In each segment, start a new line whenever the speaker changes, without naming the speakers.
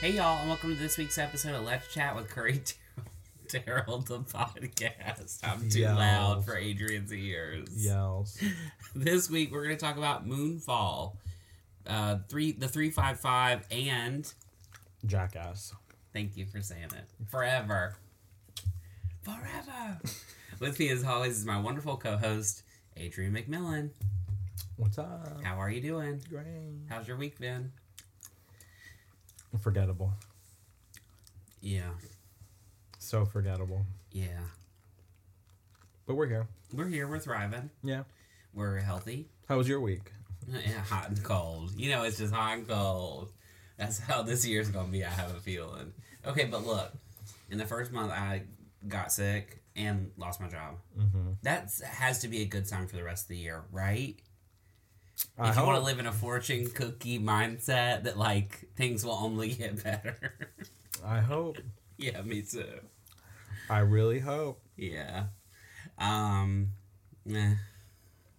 Hey y'all, and welcome to this week's episode of Let's Chat with Curry Daryl, the podcast. I'm too
Yo.
loud for Adrian's ears.
Yells.
This week we're going to talk about Moonfall, uh, three the three five five, and
Jackass.
thank you for saying it forever, forever. with me as always is my wonderful co-host Adrian McMillan.
What's up?
How are you doing?
Great.
How's your week been?
Forgettable.
Yeah,
So forgettable.
yeah.
But we're here.
We're here. We're thriving.
Yeah.
We're healthy.
How was your week?
Yeah, hot and cold. You know, it's just hot and cold. That's how this year's gonna be. I have a feeling. Okay, but look, in the first month, I got sick and lost my job.
Mm-hmm.
That has to be a good sign for the rest of the year, right?
I
if you want to
hope-
live in a fortune cookie mindset that like things will only get better.
I hope.
yeah, me too.
I really hope.
Yeah. Um. eh,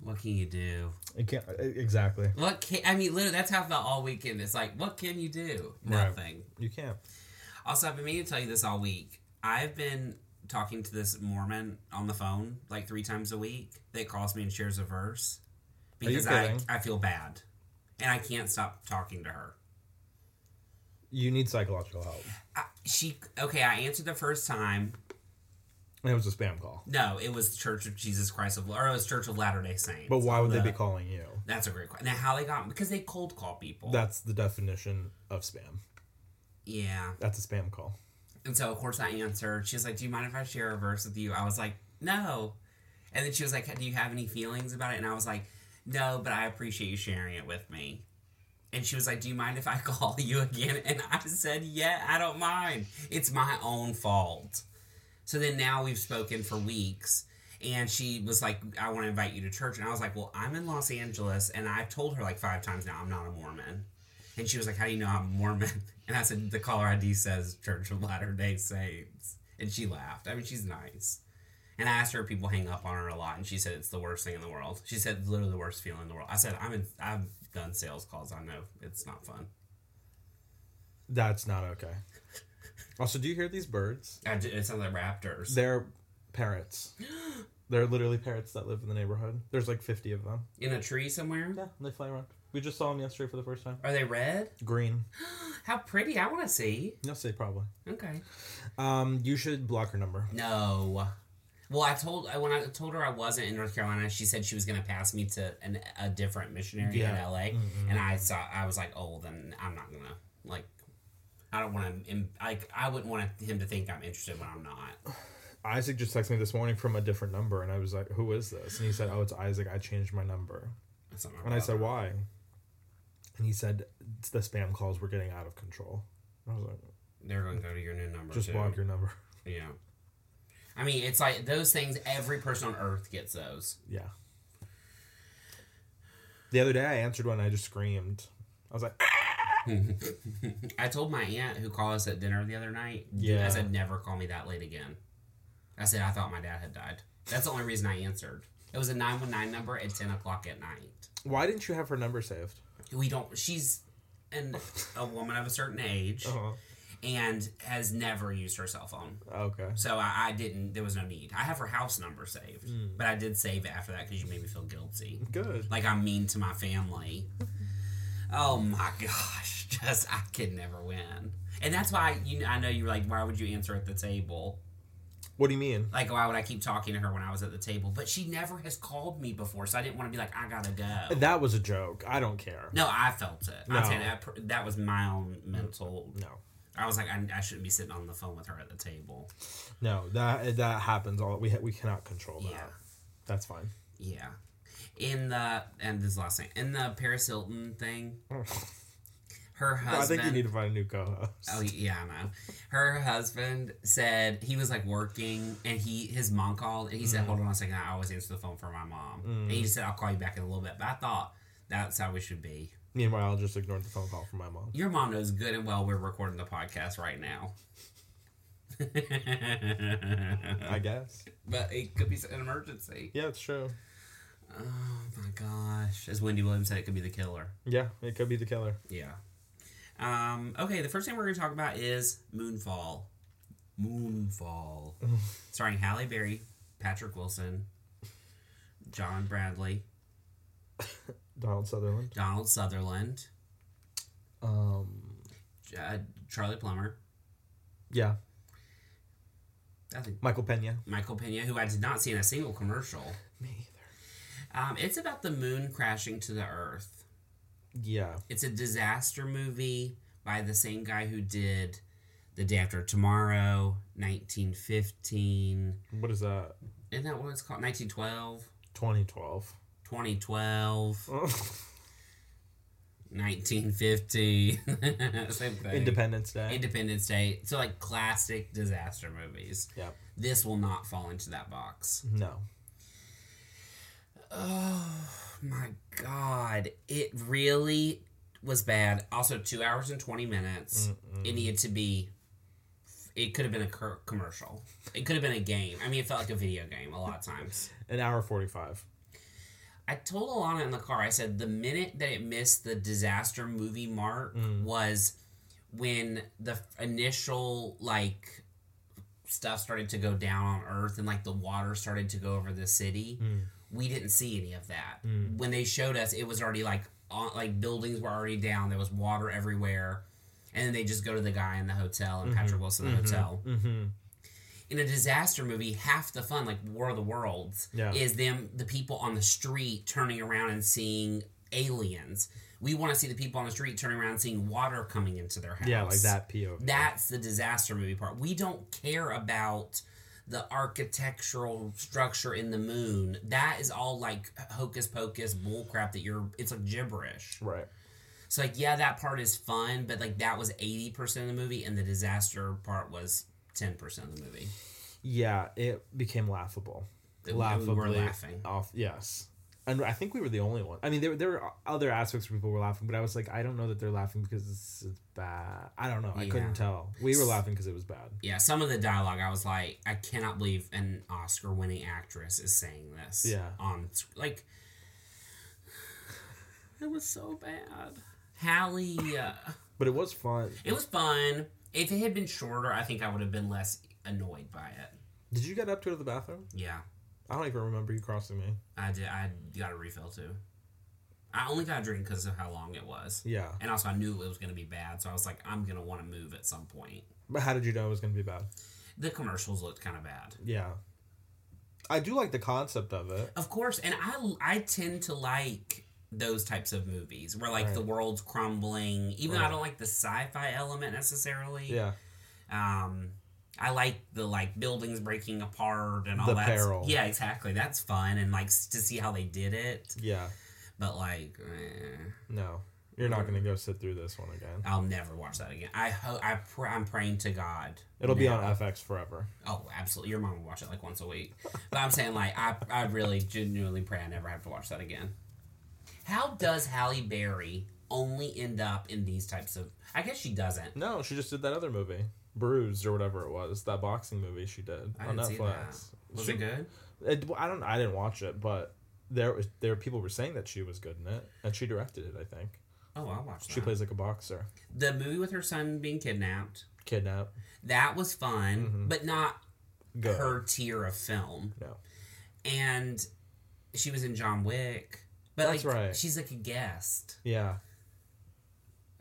What can you do?
It can't. e- Exactly.
What can I mean? Literally, that's how I felt all weekend. It's like, what can you do?
Right.
Nothing.
You can't.
Also, I've been meaning to tell you this all week. I've been talking to this Mormon on the phone like three times a week. They calls me and shares a verse
Are you
because I,
kidding?
I feel bad and I can't stop talking to her.
You need psychological help.
I, she okay. I answered the first time.
It was a spam call.
No, it was Church of Jesus Christ of or it was Church of Latter Day Saints.
But why would they
The-
be calling you?
That's a great question. Now, how they got because they cold call people.
That's the definition of spam.
yeah.
That's a spam call.
And so, of course, I answered. She was like, Do you mind if I share a verse with you? I was like, No. And then she was like, Do you have any feelings about it? And I was like, No, but I appreciate you sharing it with me. And she was like, Do you mind if I call you again? And I said, Yeah, I don't mind. It's my own fault. So then now we've spoken for weeks. And she was like, I want to invite you to church. And I was like, Well, I'm in Los Angeles. And I've told her like five times now, I'm not a Mormon. And she was like, How do you know I'm Mormon? And I said, The caller ID says Church of Latter day Saints. And she laughed. I mean, she's nice. And I asked her if people hang up on her a lot. And she said, It's the worst thing in the world. She said, "It's Literally the worst feeling in the world. I said, I'm in, I've done sales calls. I know it's not fun.
That's not okay. Also, do you hear these birds?
I ju- it sounds like Raptors.
They're parrots. They're literally parrots that live in the neighborhood. There's like 50 of them.
In a tree somewhere?
Yeah, they fly around. We just saw them yesterday for the first time.
Are they red?
Green.
How pretty. I want to see.
You'll see, probably.
Okay.
Um, you should block her number.
No. Well, I told I when I told her I wasn't in North Carolina, she said she was going to pass me to an, a different missionary in
Yeah. Mm-hmm.
LA, and I saw I was like, oh, then I'm not gonna like. I don't want to like I wouldn't want him to think I'm interested when I'm not.
Isaac just texted me this morning from a different number, and I was like, "Who is this?" And he said, "Oh, it's Isaac. I changed my number."
That's not my
And I
problem.
said, "Why?" And he said, "It's the spam calls were getting out of control." And I was like,
they're going to go to your new number.
"Just
too.
block your number."
Yeah. I mean, it's like those things. Every person on Earth gets those.
Yeah. The other day, I answered one. and I just screamed. I was like,
I told my aunt who called us at dinner the other night. I
Yeah.
said never call me that late again. I said I thought my dad had died. That's the only reason I answered. It was a nine one nine number at ten o'clock at night.
"Why didn't you have her number saved?"
We don't. She's an a woman of a certain age
Uh-huh.
and has never used her cell phone.
Okay.
So I, I didn't. There was no need. I have her house number saved,
Hmm.
but I did save it after that because you made me feel guilty.
Good.
Like I'm mean to my family. Oh my gosh, just I could never win. And that's why you I know you were like, why would you answer at the table?
What do you mean?
Like, why would I keep talking to her when I was at the table? But she never has called me before, so I didn't want to be like, I gotta go.
That was a joke. I don't care.
No, I felt it.
No.
I said that, pr- that was my own mental.
No.
I was like, I, I shouldn't be sitting on the phone with her at the table.
No, that that happens. All we ha- we cannot control that.
Yeah.
That's fine.
Yeah. In the and this is the last thing in the Paris Hilton thing, her husband.
I think you need to find a new co-host.
Oh yeah, I know. Her husband said he was like working, and he his mom called, and he said,
Mm.
"Hold on a second, I always answer the phone for my mom." And he just said, "I'll call you back in a little bit." But I thought that's how we should be.
Meanwhile, I just ignored the phone call from my mom.
Your mom knows good and well we're recording the podcast right now.
I guess.
but it could be an emergency.
Yeah, it's true.
Oh my gosh! As Wendy Williams said, it could be the killer.
Yeah, it could be the killer.
Yeah. Um, okay, the first thing we're going to talk about is Moonfall. Moonfall. Starring Halle Berry, Patrick Wilson, John Bradley,
Donald Sutherland.
Donald Sutherland,
Um,
uh, Charlie Plummer.
yeah,
I think
Michael Pena.
Michael Pena, who I did not see in a single commercial.
Me either.
Um, it's about the moon crashing to the earth.
Yeah,
It's a disaster movie by the same guy who did The Day After Tomorrow, 1915.
what is that?
Isn't that what it's called? 1912,
2012.
2012, 1950. same thing.
Independence Day.
Independence Day. So, like classic disaster movies.
yeah.
This will not fall into that box.
No.
Oh my God. It really was bad. Also, two hours and 20 minutes. It needed to be. It could have been a cur- commercial. It could have been a game. I mean, it felt like a video game a lot of times.
An hour 45.
I told Alana in the car, I said the minute that it missed the disaster movie mark was when the f- initial, like, stuff started to go down on Earth and, like, the water started to go over the city. We didn't see any of that. When they showed us, it was already, like, on, like buildings were already down. There was water everywhere. And then they just go to the guy in the hotel and Patrick Wilson in the hotel
Mm-hmm.
in a disaster movie, half the fun, like War of the Worlds,
Yeah.
is them the people on the street turning around and seeing aliens. We want to see the people on the street turning around and seeing water coming into their house.
Yeah, like that POV.
That's the disaster movie part. We don't care about the architectural structure in the moon. That is all like hocus pocus bullcrap that you're it's like gibberish.
Right.
So like yeah, that part is fun, but like that was 80% of the movie and the disaster part was 10% of the movie.
Yeah, it became laughable.
We were
Laughably
laughing.
Off, yes. And I think we were the only one. I mean, there, there were other aspects where people were laughing, but I was like, I don't know that they're laughing because it's, it's bad. I don't know. I
Yeah.
couldn't tell. We were laughing because it was bad.
Yeah, some of the dialogue, I was like, I cannot believe an Oscar-winning actress is saying this.
Yeah.
on sc- like, it was so bad. Hallie, uh,
But it was fun.
it was fun. If it had been shorter, I think I would have been less annoyed by it.
Did you get up to go to the bathroom?
Yeah,
I don't even remember you crossing me.
I did. I got a refill too. I only got a drink because of how long it was,
Yeah.
and also I knew it was going to be bad, so I was like, I'm going to want to move at some point.
But how did you know it was going to be bad?
The commercials looked kind of bad.
Yeah. I do like the concept of it.
Of course, and I I tend to like those types of movies where like
Right.
the world's crumbling. Even though I
Right.
don't like the sci-fi element necessarily.
Yeah.
Um, I like the like buildings breaking apart and all
The
that.
peril.
Yeah, exactly. That's fun and like s- to see how they did it.
Yeah.
But like, eh,
No. You're not going to go sit through this one again.
I'll never watch that again. I ho- I pr- I'm praying to God.
It'll be
now.
on FX forever.
Oh, absolutely. Your mom will watch it like once a week. But I'm saying, like, I, I really genuinely pray I never have to watch that again. How does Halle Berry only end up in these types of. I guess she doesn't.
No, she just did that other movie, Bruised or whatever it was, that boxing movie she did
I
on
didn't
Netflix.
see that. Was it good?
It- well, I don't. I didn't watch it, but there was there people were saying that she was good in it, and she directed it. I think
Oh, I'll watch that.
she plays like a boxer,
the movie with her son being kidnapped.
kidnap.
That was fun,
Mm-hmm.
but not
Good.
her tier of film.
No.
And she was in John Wick. But,
That's
like,
right.
she's like a guest.
Yeah.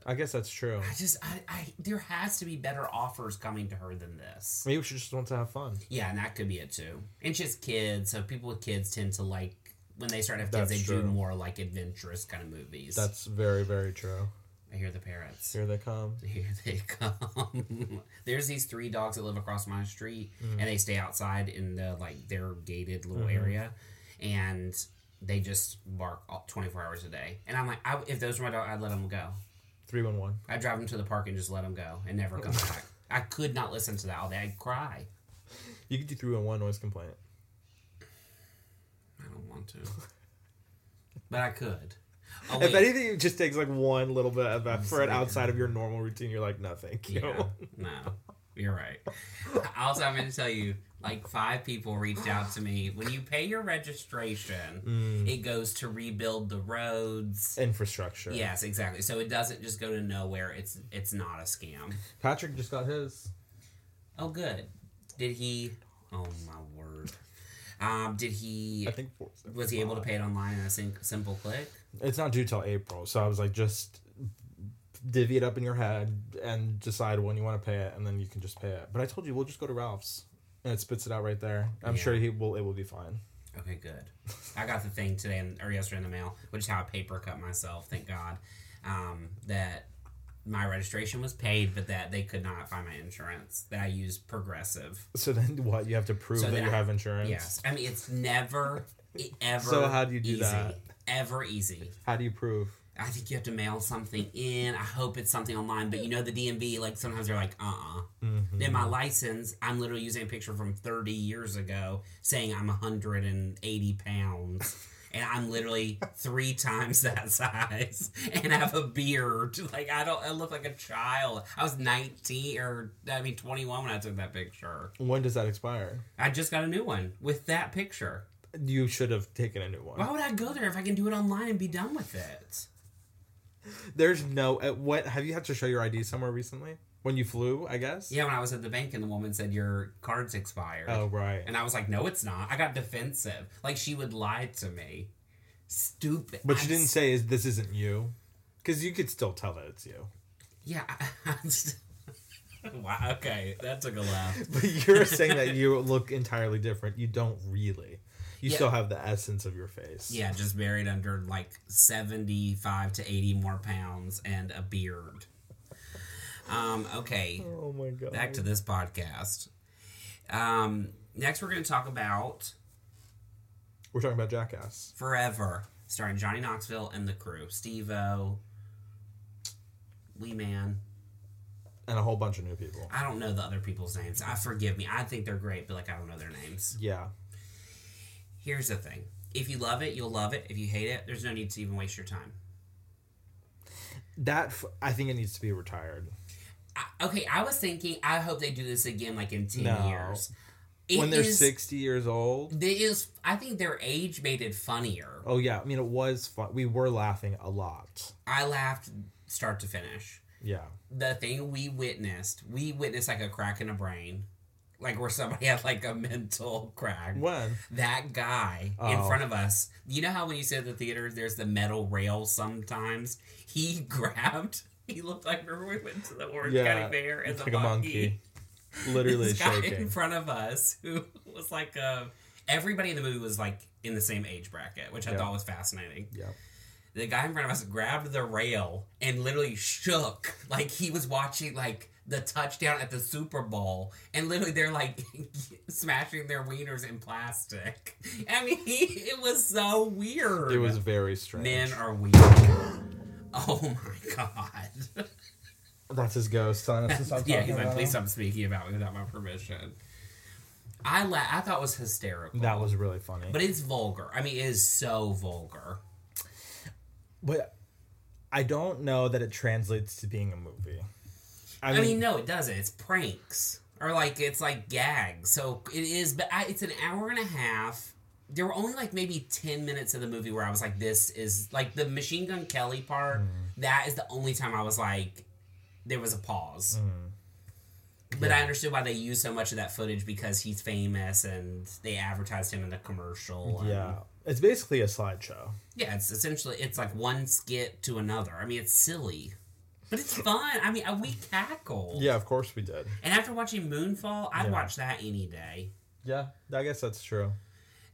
I guess that's true.
I just, I, I, there has to be better offers coming to her than this.
Maybe she just wants to have fun.
Yeah, and that could be it too. And just kids, so people with kids tend to like when they start to have kids,
That's
they do
true.
more like adventurous kind of movies.
That's very very true.
I hear the parrots.
Here they come.
Here they come. There's these three dogs that live across my street,
Mm-hmm.
and they stay outside in the like their gated little area, and they just bark all, 24 hours a day. And I'm like, I, if those were my dog, I'd let them go.
Three one one.
I'd drive them to the park and just let them go and never come back. I could not listen to that all day. I'd cry.
You could do three one one noise complaint.
I don't want to. but I could. Oh,
If
wait.
anything, it just takes like one little bit of effort
Absolutely.
outside of your normal routine. You're like, no, thank you.
Yeah, no. You're right. also, I'm going to tell you, like five people reached out to me. When you pay your registration,
Mm.
it goes to rebuild the roads.
Infrastructure.
Yes, exactly. So it doesn't just go to nowhere. It's it's not a scam.
Patrick just got his.
Oh, good. Did he? Oh my word. Um, did he?
I think four,
Was he able to pay it online in a sim- simple click?
It's not due till April, so I was like, just divvy it up in your head and decide when you want to pay it, and then you can just pay it. But I told you we'll just go to Ralph's, and it spits it out right there. I'm
Yeah.
sure he will. It will be fine.
Okay, good. I got the thing today in, or yesterday in the mail, which is how I paper cut myself. Thank God um, that my registration was paid, but that they could not find my insurance that I used Progressive.
So then what? You have to prove
So
that
then
you
I-
have insurance.
Yes, I mean it's never, e- ever.
So how do you do
easy.
that?
Ever easy.
How do you prove?
I think you have to mail something in. I hope it's something online, but you know the DMV. Like sometimes they're like, uh, uh
Mhm.
Then my license, I'm literally using a picture from 30 years ago saying I'm 180 pounds. And I'm literally three times that size and I have a beard. Like, I don't, I look like a child. I was 19 or, I mean, 21 when I took that picture.
When does that expire?
I just got a new one with that picture.
You should have taken a new one.
Why would I go there if I can do it online and be done with it?
There's no. At what have you had to show your ID somewhere recently? When you flew, I guess.
Yeah, when I was at the bank and the woman said, Your card's expired.
Oh right.
And I was like, no, it's not. I got defensive. Like she would lie to me. Stupid.
But
I
you didn't
s-
say is this isn't you, because you could still tell that it's you.
Yeah. I, I'm st- wow. Okay, that took a laugh.
But you're saying that you look entirely different. You don't really. You
Yeah.
still have the essence of your face.
Yeah, just buried under like seventy-five to eighty more pounds and a beard. Um. Okay.
Oh my god.
Back to this podcast. Um. Next, we're going to talk about
We're talking about Jackass.
Forever, starring Johnny Knoxville and the crew, Steve-O, Wee Man.
And a whole bunch of new people.
I don't know the other people's names. I forgive me. I think they're great, but like I don't know their names.
Yeah.
Here's the thing. If you love it, you'll love it. If you hate it, there's no need to even waste your time.
That f- I think it needs to be retired.
I, okay, I was thinking I hope they do this again like in 10
No.
years. It
when they're
is-
60 years old.
It is I think their age made it funnier.
Oh yeah, I mean it was fun. We were laughing a lot.
I laughed start to finish.
Yeah.
The thing we witnessed, we witnessed like a crack in a brain. Like where somebody had like a mental crack.
When?
that guy in
Oh.
front of us. You know how when you sit at the theater, there's the metal rail sometimes? He grabbed, he looked like, remember we went to the Orange
Yeah,
County Fair as
Like
a,
a
monkey.
monkey. Literally
This guy in
shaking.
front of us who was like, uh, everybody in the movie was like in the same age bracket, which I
Yeah.
thought was fascinating.
Yeah.
The guy in front of us grabbed the rail and literally shook like he was watching like the touchdown at the Super Bowl, and literally they're like smashing their wieners in plastic. I mean, he, it was so weird.
It was very strange.
men are weird. Oh my god!
That's his ghost telling us to stop
yeah,
talking
he's like,
about him.
please stop speaking about me without my permission. I la- I thought it was hysterical.
That was really funny.
but it's vulgar. I mean, it is so vulgar.
But I don't know that it translates to being a movie. I
I
mean,
mean, no, it doesn't. It's pranks or like it's like gags. So it is, but I, it's an hour and a half. There were only like maybe ten minutes of the movie where I was like, "This is like the Machine Gun Kelly part." That is the only time I was like, there was a pause. But I understood why they used so much of that footage because he's famous and they advertised him in the commercial. and-
yeah, it's basically a slideshow.
yeah, it's essentially it's like one skit to another. I mean, it's silly, but it's fun. I mean, uh, we cackle.
Yeah, of course we did.
And after watching Moonfall, I'd
Yeah.
watch that any day.
Yeah, I guess that's true.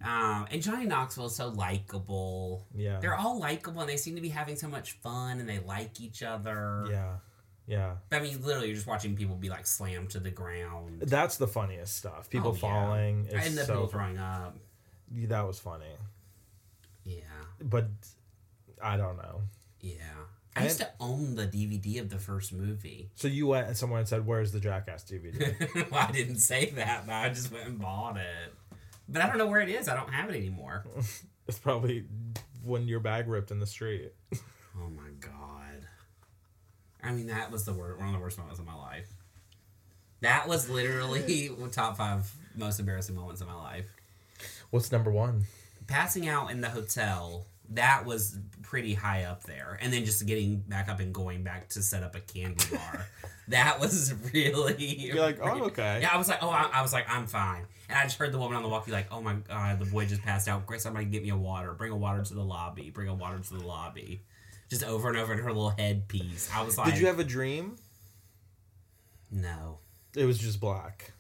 Um, and Johnny Knoxville is so likable.
Yeah,
They're all likable and they seem to be having so much fun and they like each other.
yeah, yeah.
But, I mean, literally, you're just watching people be like slammed to the ground.
That's the funniest stuff. People
Oh, yeah.
falling. It's
and the
so
people throwing up.
that was funny,
Yeah.
but I don't know.
Yeah. I
And-
used to own the DVD of the first movie.
So you went and someone and said, "Where's the Jackass DVD?"
well, I didn't say that, but I just went and bought it. But I don't know where it is. I don't have it anymore.
it's probably when your bag ripped in the street.
Oh my god. I mean, that was the wor- one of the worst moments of my life. That was literally top five most embarrassing moments of my life.
What's number one?
Passing out in the hotel, that was pretty high up there. And then just getting back up and going back to set up a candy bar. that was really.
You're like, oh, okay.
Yeah, I was like, oh, I, I was like, I'm fine. And I just heard the woman on the walkie, like, oh my God, the boy just passed out. Grace, somebody get me a water. Bring a water to the lobby. Bring a water to the lobby. Just over and over in her little headpiece. I was like,
Did you have a dream?
no.
It was just black.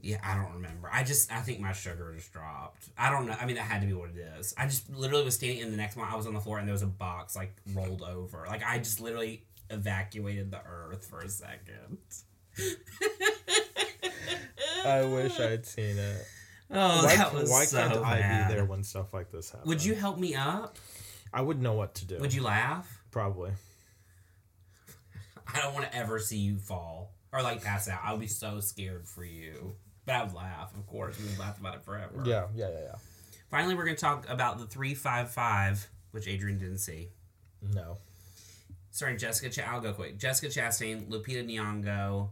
Yeah, I don't remember. I just I think my sugar just dropped. I don't know. I mean, that had to be what it is. I just literally was standing in the next one. I was on the floor and there was a box like rolled over. Like I just literally evacuated the earth for a second. Uh,
I wish I'd seen it.
Oh,
why
that was
why
so
can't I
bad.
be there when stuff like this happens?
Would you help me up?
I would know what to do.
Would you laugh?
Probably.
I don't want to ever see you fall or like pass out. I would be so scared for you. But I would laugh, of course. We would laugh about it forever.
Yeah, yeah, yeah, yeah.
Finally, we're going to talk about the 355, which Adrian didn't see.
No.
Sorry, Jessica. Ch- I'll go quick. Jessica Chastain, Lupita Nyong'o,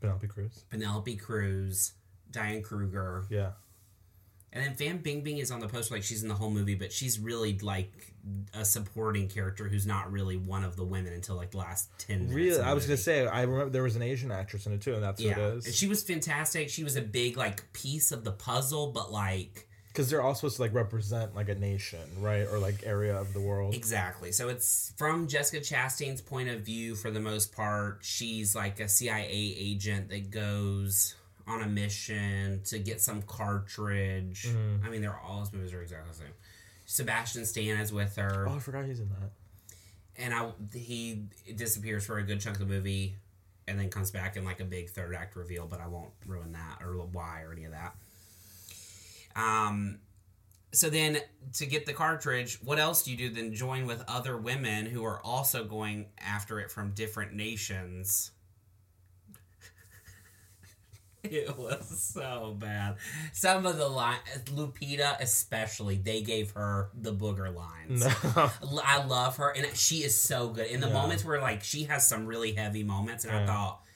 Penelope Cruz.
Penelope Cruz, Diane Kruger,
Yeah.
and then Fan Bingbing is on the poster like she's in the whole movie, but she's really like a supporting character who's not really one of the women until like the last ten. minutes
Really,
of the
I was gonna
movie.
say I remember there was an Asian actress in it too, and that's
yeah,
who it
and
is.
she was fantastic. She was a big like piece of the puzzle, but like
Because they're all supposed to like represent like a nation, right, or like area of the world.
Exactly. So it's from Jessica Chastain's point of view for the most part. She's like a CIA agent that goes on a mission to get some cartridge. I mean, they're all his movies are exactly the same. Sebastian Stan is with her,
Oh, I forgot he's in that.
and I he disappears for a good chunk of the movie, and then comes back in like a big third act reveal. But I won't ruin that or why or any of that. Um, so then to get the cartridge, what else do you do than join with other women who are also going after it from different nations? It was so bad. Some of the line, Lupita especially, they gave her the booger lines.
No.
L- I love her, and she is so good. In the
Yeah.
moments where like she has some really heavy moments, and I
Yeah.
thought,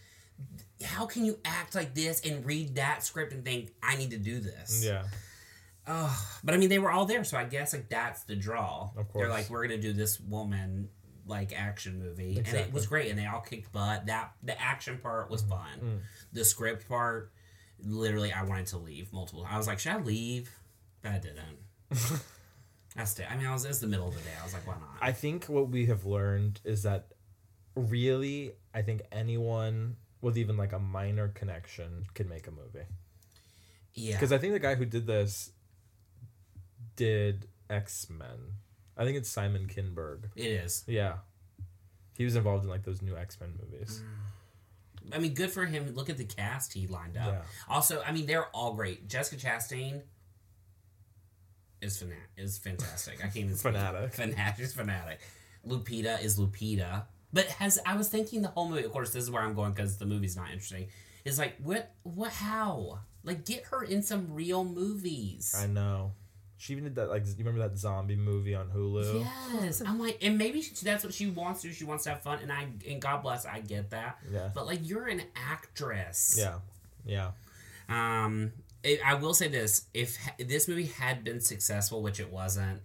how can you act like this and read that script and think I need to do this?
yeah.
Ugh. but I mean, they were all there, so I guess like that's the draw.
Of
They're
course.
like, we're gonna do this woman like action movie, and it
Exactly. Mm-hmm.
was great, and they all kicked butt. That the action part was fun.
Mm.
The script part, literally, I wanted to leave multiple. I was like, should I leave? But I didn't. I stayed. I mean, I was it was the middle of the day. I was like, why not?
I think what we have learned is that really, I think anyone with even like a minor connection can make a movie.
yeah,
Because I think the guy who did this did X Men. I think it's Simon Kinberg.
it is.
Yeah. He was involved in like those new X Men movies.
I mean, good for him. Look at the cast he lined up.
Yeah.
Also, I mean, they're all great. Jessica Chastain is fana- is fantastic. I can't even speak.
Fanatic.
Fanatic is fanatic. Lupita is Lupita. But has I was thinking the whole movie. Of course, this is where I'm going because the movie's not interesting. Is like what what how like get her in some real movies.
I know. She even did that like you remember that zombie movie on Hulu?
Yes, I'm like, and maybe she, that's what she wants to. do. She wants to have fun, and I and God bless, I get that.
Yeah.
But like, you're an actress.
Yeah. Yeah.
Um, it, I will say this: if ha- this movie had been successful, which it wasn't,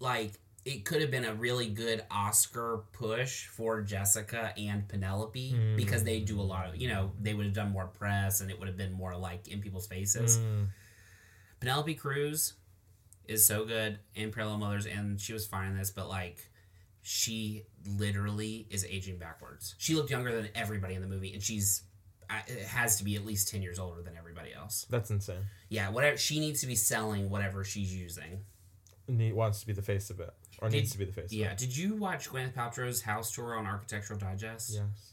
like it could have been a really good Oscar push for Jessica and Penelope because they do a lot of, you know, they would have done more press and it would have been more like in people's faces.
Mm.
Penelope Cruz is so good in Parallel Mothers, and she was fine in this, but like. She literally is aging backwards. She looked younger than everybody in the movie, and she's I- it has to be at least ten years older than everybody else.
That's insane.
Yeah, whatever she needs to be selling whatever she's using.
And he wants to be the face of it. Or
Did-
needs to be the face
Yeah.
of it.
Did you watch Gwyneth Paltrow's house tour on Architectural Digest?
Yes.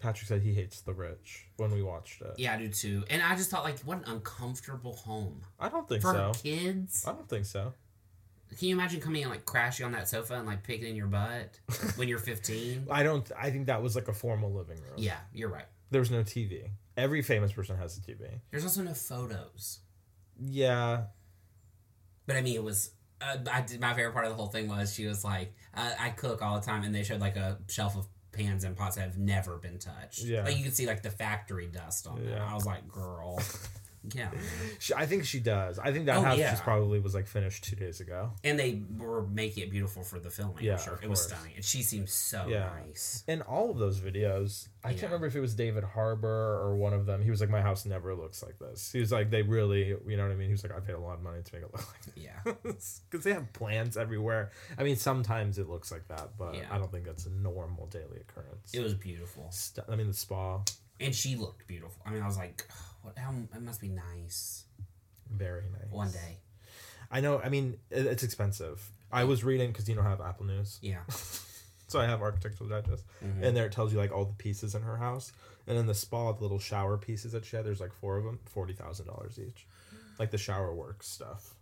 Patrick said he hates the rich when we watched it.
Yeah, I do too. And I just thought like what an uncomfortable home.
I don't think
For
so.
her kids.
I don't think so.
Can you imagine coming and like crashing on that sofa and like picking in your butt when you're fifteen?
I don't I think that was like a formal living room.
Yeah, you're right.
There was no TV. Every famous person has a TV.
There's also no photos.
Yeah.
But I mean, it was. Uh, I did my favorite part of the whole thing was she was like, uh, I cook all the time, and they showed like a shelf of pans and pots have never been touched.
Yeah.
Like you can see like the factory dust on them.
Yeah.
I was like, girl. Yeah.
She, I think she does. I think that
Oh,
house
yeah.
just probably was like finished two days ago.
And they were making it beautiful for the filming,
Yeah,
I'm sure.
of
It was
course.
stunning. And she seems so
Yeah.
nice.
In all of those videos, I
Yeah.
can't remember if it was David Harbour or one of them. He was like, "My house never looks like this." He was like, "They really, you know what I mean." He was like, "I paid a lot of money to make it look like
Yeah.
this because they have plants everywhere." I mean, sometimes it looks like that, but
Yeah.
I don't think that's a normal daily occurrence.
It was beautiful.
St- I mean, the spa,
And she looked beautiful. I mean, I was like, "Oh, what how it must be nice.
very nice.
One day.
I know. I mean, it, it's expensive. I was reading because you don't have Apple News.
Yeah.
So I have Architectural Digest,
Mhm.
and there it tells you like all the pieces in her house, and in the spa, the little shower pieces that she had. There's like four of them, forty thousand dollars each, like the shower works stuff.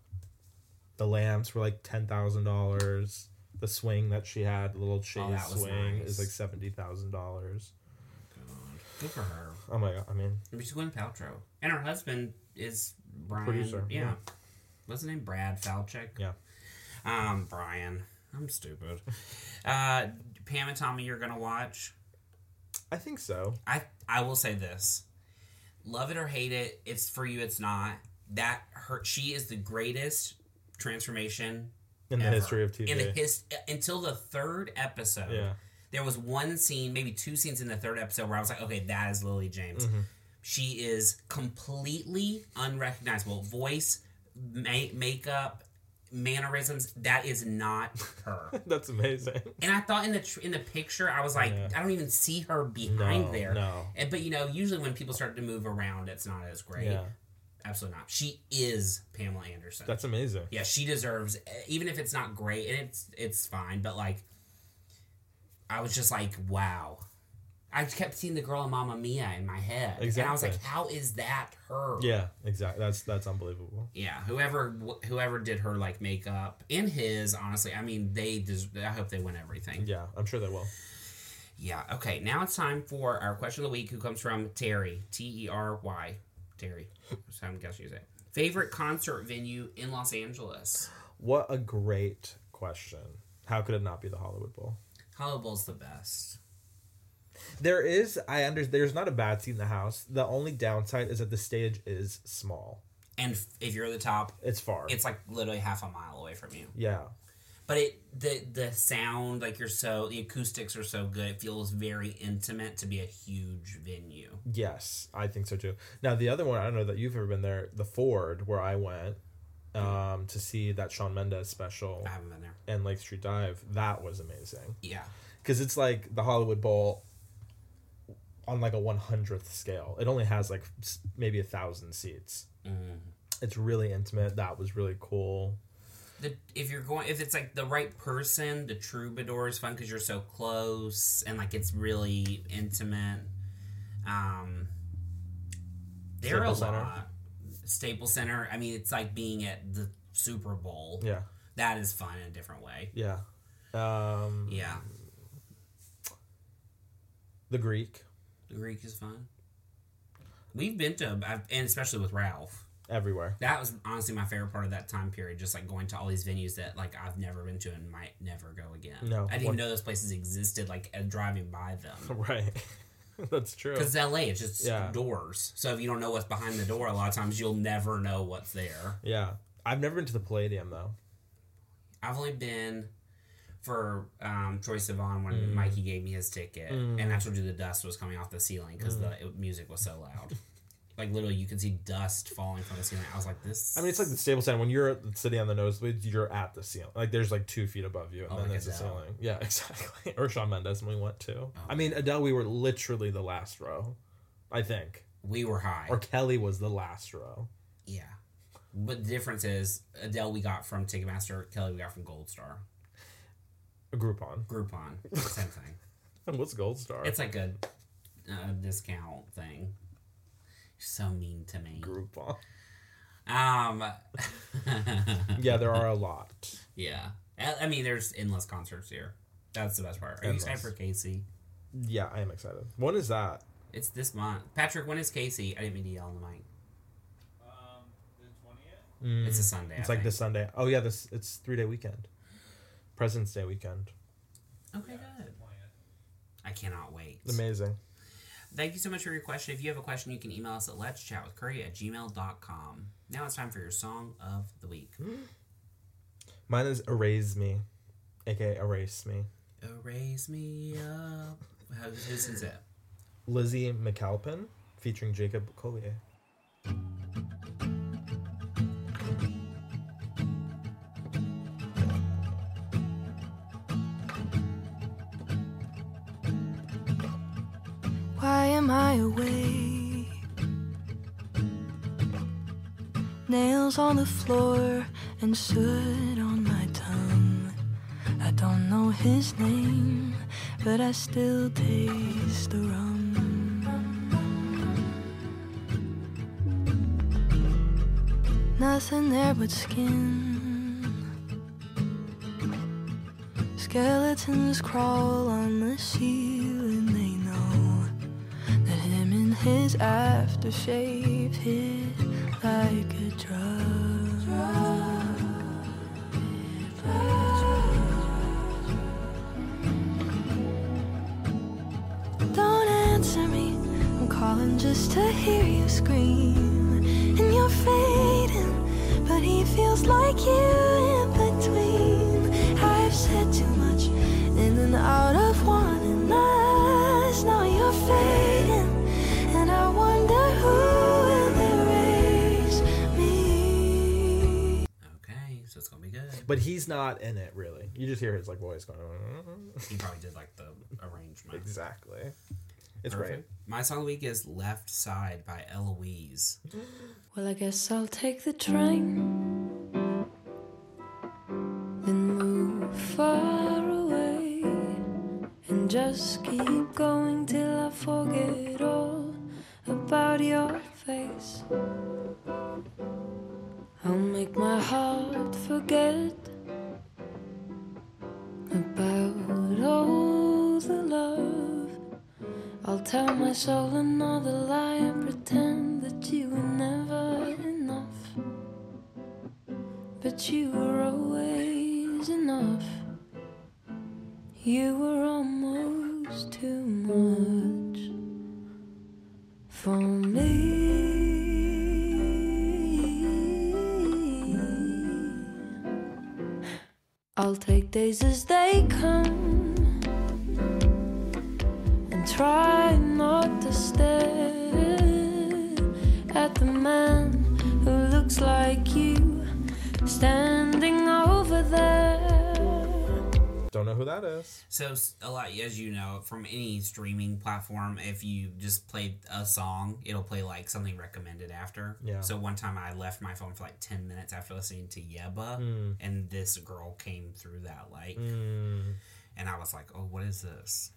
The lamps were like ten thousand dollars. The swing that she had, the little chaise
Oh, that was
swing,
nice.
is like seventy thousand dollars.
God. Good for her.
Oh my god! I mean,
Maybe she's Gwyneth Paltrow. And her husband is Brian.
Producer,
Yeah.
yeah.
What's his name? Brad Falchuk.
yeah,
Um, Brian. I'm stupid. Uh, Pam and Tommy, you're gonna watch.
I think so.
I I will say this: love it or hate it, it's for you. It's not that her. She is the greatest transformation
In the
ever.
history of TV,
In the his until the third episode,
yeah,
there was one scene, maybe two scenes in the third episode where I was like, okay, that is Lily James.
Mm-hmm.
She is completely unrecognizable. Voice, ma- makeup, mannerisms. That is not her.
that's amazing.
And I thought in the tr- in the picture, I was like,
Yeah.
I don't even see her behind
No,
there.
no,
And, but you know, usually when people start to move around, it's not as great.
yeah,
Absolutely not. She is Pamela Anderson.
that's amazing.
yeah, she deserves even if it's not great, and it's it's fine. But like, I was just like, wow. I kept seeing the girl in Mamma Mia in my head, and I was
Exactly.
like, how is that her?
Yeah, exactly. That's that's unbelievable.
Yeah, whoever wh- whoever did her like makeup and his, honestly, I mean, they. Des- I hope they win everything.
Yeah, I'm sure they will.
Yeah. Okay. Now it's time for our question of the week, who comes from Terry T E R Y Terry. So I'm guessing you say it. favorite concert venue in Los Angeles.
What a great question. How could it not be the Hollywood Bowl?
Hollow Bowl's the best.
There is, I under there's not a bad seat in the house. The only downside is that the stage is small.
And f- if you're at the top,
It's far.
it's like literally half a mile away from you.
yeah.
But it the the sound like you're so the acoustics are so good. It feels very intimate to be a huge venue.
Yes, I think so too. Now the other one, I don't know that you've ever been there, the Ford where I went um to see that Sean Mendes special
I haven't been there.
and Lake Street Dive. That was amazing.
Yeah.
Cuz it's like the Hollywood Bowl on like a 100th scale. It only has like s- maybe a 1000 seats.
Mm.
it's really intimate. That was really cool.
the if you're going if it's like the right person the troubadour is fun because you're so close and like it's really intimate um there are a
Staples Center.
lot staple center i mean it's like being at the super bowl
Yeah,
that is fun in a different way
yeah. Um,
yeah
The Greek
the greek is fun we've been to I've, and especially with ralph
everywhere.
that was honestly my favorite part of that time period just like going to all these venues that like i've never been to and might never go again
No.
i didn't
One-
even know those places existed like uh, driving by them
Right, that's true.
because la it's just
Yeah.
doors so if you don't know what's behind the door a lot of times you'll never know what's there
Yeah, I've never been to the Palladium though.
i've only been for um, Troy Sivan when
Mm.
Mikey gave me his ticket, and I told you the dust was coming off the ceiling because the it- music was so loud. like literally, you could see dust falling from the ceiling. I was like, "This."
I mean, it's like the Staples Center. When you're sitting on the nosebleeds, you're at the ceiling. Like there's like two feet above you, and
Oh,
then
like
there's the
Adele. Oh.
ceiling. Yeah, exactly. or Shawn Mendes when we went to. I mean, Adele, we were literally the last row, I think.
we were high.
Or Kelly was the last row.
Yeah. But the difference is Adele we got from Ticketmaster, Kelly we got from Gold Star.
A Groupon.
Groupon, same thing.
What's Gold Star?
It's like a, a discount thing. You're so mean to me.
Groupon.
Um,
Yeah, there are a lot.
yeah. I I mean, there's endless concerts here. That's the best part. Are you excited for
Endless.
Casey?
Yeah, I am excited. When is that?
It's this month. Patrick, when is Casey? I didn't mean to yell on the mic.
Um, the twentieth.
Mm.
It's a Sunday.
It's
I
like
think.
this Sunday. Oh yeah, this it's three day weekend. President's Day weekend.
Okay, good. I cannot wait.
Amazing.
Thank you so much for your question. If you have a question, you can email us at let's chat with curry at gmail.com. Now it's time for your song of the week.
Hmm. Mine is Erase Me, aka Erase Me.
Erase me up. How, who sings it?
Lizzie McAlpin featuring Jacob Collier.
Why am I away? Nails on the floor and soot on my tongue. I don't know his name, but I still taste the rum. Nothing there but skin. Skeletons crawl on the ceiling, they know that him and his aftershave hit like a drug. Don't answer me, I'm calling just to hear you scream. And you're fading, but he feels like you in between. I've said too much, in and out of one, and us. Now you're fading, and I wonder who will erase me.
Okay, so it's going to be good.
But he's not in it really. You just hear his like voice going.
He probably did like the arrangement.
exactly. It's great.
Perfect. My song of the week is Left Side by Eloise.
Well, I guess I'll take the train. Then move far away. And just keep going till I forget all about your face. I'll make my heart forget about all the love I'll tell my soul another lie and pretend that you were never enough. But you were always enough. You were almost too much for me. I'll take days as they come and try not to stare at the man who looks like you standing over there.
Don't know who that is.
So s- a lot, as you know, from any streaming platform, if you just play a song, it'll play like something recommended after.
Yeah.
So one time I left my phone for like ten minutes after listening to Yeba,
Mm.
and this girl came through that like,
Mm.
and I was like, "Oh, what is this?"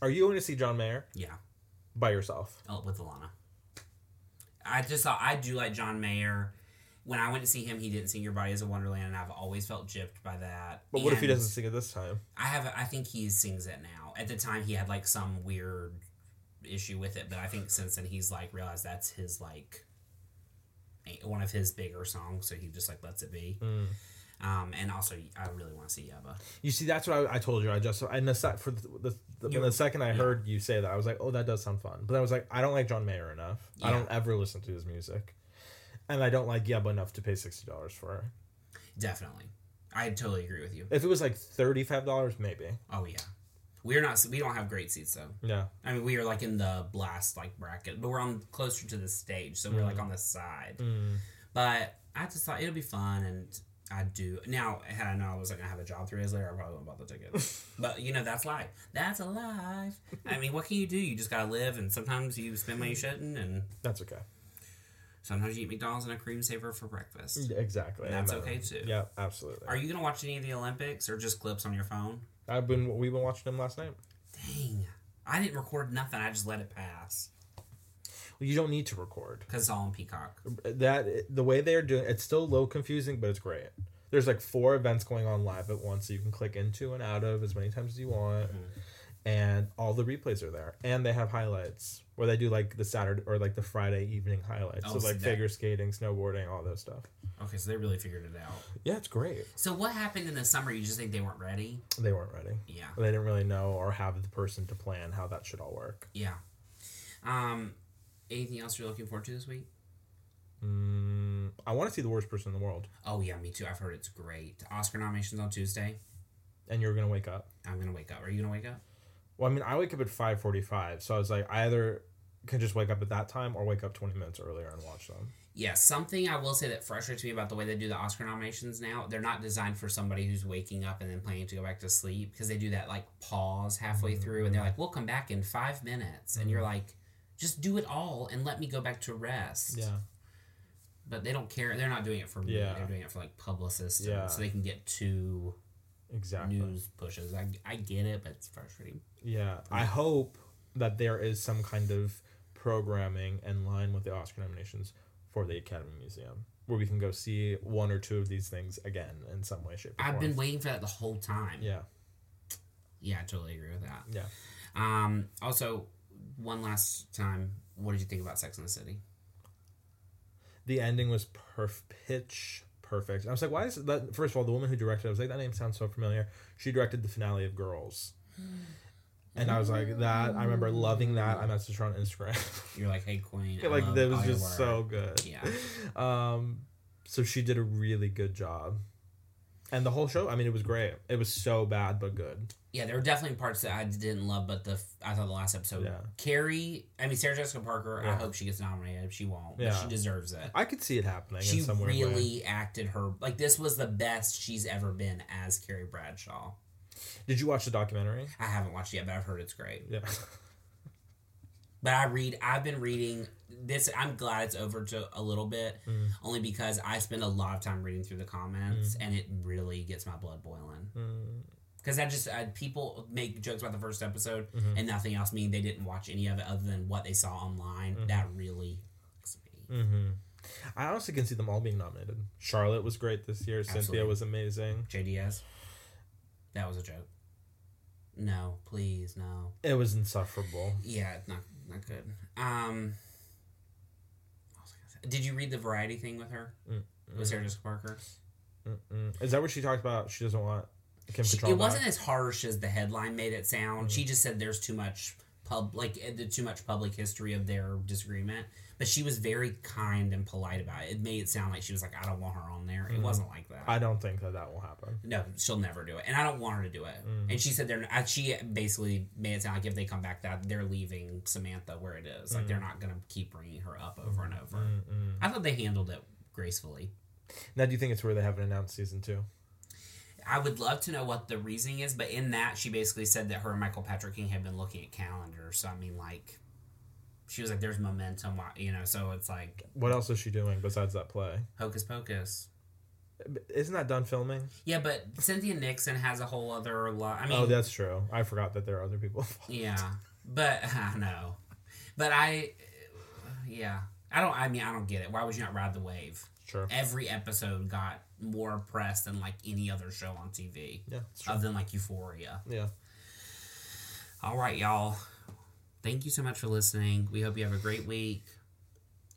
Are you going to see John Mayer
Yeah,
by yourself?
oh, with Alana. I just thought I do like John Mayer. When I went to see him, he didn't sing "Your Body Is a Wonderland," and I've always felt gypped by that.
But what if he
And-
doesn't sing it this time?
I have. I think he sings it now. At the time, he had like some weird issue with it, but I think since then he's like realized that's his like a- one of his bigger songs, so he just like lets it be. Um, and also, I really want to see Yeba.
You see, that's what I, I told you. I just and the sec, for the, the, the,
You-
the second I
yeah.
heard you say that, I was like, oh, that does sound fun. But I was like, I don't like John Mayer enough. I
Yeah.
don't ever listen to his music, and I don't like Yeba enough to pay sixty dollars for it.
Definitely, I totally agree with you.
If it was like thirty five dollars, maybe.
Oh yeah, we're not. We don't have great seats though.
Yeah,
I mean, we are like in the blast like bracket, but we're on closer to the stage, so we're like on the side. But I just thought it'll be fun, and I do now. Had I known I was like gonna have a job three days later, I probably wouldn't bought the ticket. but you know, that's life. That's a life. I mean, what can you do? You just gotta live, and sometimes you spend money you shouldn't, and
that's okay.
sometimes you eat McDonald's and a cream saver for breakfast.
Yeah, exactly.
That's
I'm-
okay, too.
Yeah, absolutely.
Are you gonna watch any of the Olympics or just clips on your phone?
I've been we've been watching him last night.
Dang, I didn't record nothing. I just let it pass
Well, you don't need to record
because it's all on Peacock.
Mm. that. The way they're doing it's still a little confusing, but it's great. There's like four events going on live at once, so you can click into and out of as many times as you want. and all the replays are there, and they have highlights where they do like the Saturday or like the Friday evening highlights,
Oh,
so
so
like
that-
figure skating, snowboarding, all those stuff.
Okay, so they really figured it out.
Yeah, it's great.
So what happened in the summer? You just think they weren't ready?
They weren't ready.
Yeah.
They didn't really know or have the person to plan how that should all work.
Yeah. Um, anything else you're looking forward to this week?
Mm, I want to see the worst person in the world,
Oh yeah, me too. I've heard it's great. Oscar nominations on Tuesday.
and you're gonna wake up.
I'm gonna wake up. Are you gonna wake up?
Well, I mean, I wake up at five forty-five, so I was like, I either can just wake up at that time or wake up twenty minutes earlier and watch them.
Yeah, something I will say that frustrates me about the way they do the Oscar nominations now, they're not designed for somebody who's waking up and then planning to go back to sleep because they do that like pause halfway through and they're like, we'll come back in five minutes. And you're like, just do it all and let me go back to rest.
Yeah.
But they don't care. They're not doing it for me.
Yeah.
They're doing it for like publicists and-
Yeah.
so they can get two
Exactly.
news pushes. I, I get it, but it's frustrating.
Yeah. I hope that there is some kind of programming in line with the Oscar nominations for the Academy Museum where we can go see one or two of these things again in some way, shape, or
I've
form.
been waiting for that the whole time.
Yeah.
Yeah, I totally agree with that.
Yeah.
Um, also, one last time, what did you think about Sex in the City?
The ending was perf- pitch perfect. I was like, why is that? First of all, the woman who directed, it, I was like, that name sounds so familiar. She directed the finale of Girls.
Hmm.
And I was like, that. I remember loving that. I messaged her on Instagram.
You're like, hey, Queen. Hmm. I
like,
love
that was
all your
just so
work."
good.
Yeah.
Um, so she did a really good job, and the whole show. I mean, it was great. It was so bad but good.
Yeah, there were definitely parts that I didn't love, but the f- I thought the last episode.
Yeah.
Carrie, I mean, Sarah Jessica Parker, I
Yeah.
hope she gets nominated. She won't, but
Yeah.
she deserves it.
I could see it happening.
she
in some weird way.
really acted her, like, this was the best she's ever been as Carrie Bradshaw.
Did you watch the documentary?
I haven't watched it yet, but I've heard it's great.
Yeah.
But I read. I've been reading this. I'm glad it's over to a little bit,
Mm.
only because I spend a lot of time reading through the comments, and it really gets my blood boiling.
Hmm.
Because I just I, people make jokes about the first episode
Mm-hmm.
and nothing else. Mean they didn't watch any of it other than what they saw online.
Mm-hmm.
That really irks
Mm.
me.
I honestly can see them all being nominated. Charlotte was great this year. Cynthia
Absolutely.
was amazing.
JDS, that was a joke. No, please, no.
It was insufferable.
Yeah, it's not not good. Um, what was I gonna say? did you read the variety thing with her? With Sarah Jessica Parker?
Mm-mm. Is that what she talked about? She doesn't want Kim
She-
Cattrall.
it
back?
wasn't as harsh as the headline made it sound. She just said there's too much pub like eh, the- too much public history of their disagreement. But she was very kind and polite about it. It made it sound like she was like, I don't want her on there. It wasn't like that.
I don't think that that will happen.
no, she'll never do it, and I don't want her to do it. And she said they're. I- She basically made it sound like if they come back, that they're leaving Samantha where it is. Like they're not gonna keep bringing her up over and over.
Mm-hmm.
I thought they handled it gracefully.
Now, do you think it's where they haven't announced season two?
I would love to know what the reasoning is, but in that she basically said that her and Michael Patrick King had been looking at calendars. So I mean, like, she was like, "There's momentum," why- you know. So it's like
What else is she doing besides that play?
hocus pocus.
Isn't that done filming?
Yeah, but Cynthia Nixon has a whole other lot. I mean,
Oh, that's true. I forgot that there are other people. involved.
yeah, but I know, but I, yeah, I don't. I mean, I don't get it. Why would you not ride the wave?
Sure.
Every episode got more press than like any other show on TV,
Yeah, it's true.
other than like Euphoria.
Yeah.
All right, y'all. Thank you so much for listening. We hope you have a great week.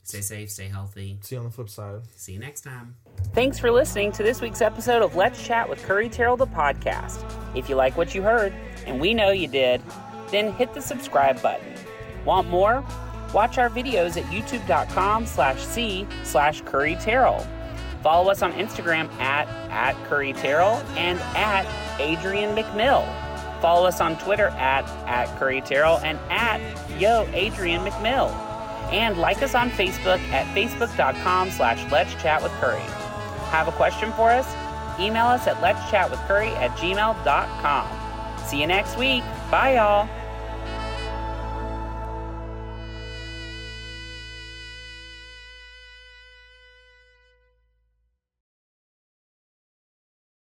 Stay safe, stay healthy.
See you on the flip side.
See you next time.
Thanks for listening to this week's episode of Let's Chat with Curry Terrell, the podcast. If you like what you heard, and we know you did, then hit the subscribe button. Want more? Watch our videos at youtube.com slash C slash Curry Terrell. Follow us on Instagram at, at Curry Terrell and at Adrian McMill. Follow us on Twitter at, at Curry Terrell and at Yo Adrian McMill. And like us on Facebook at facebook.com slash Let's Chat with Curry. Have a question for us? Email us at let's chat with curry at gmail.com. See you next week. Bye, y'all.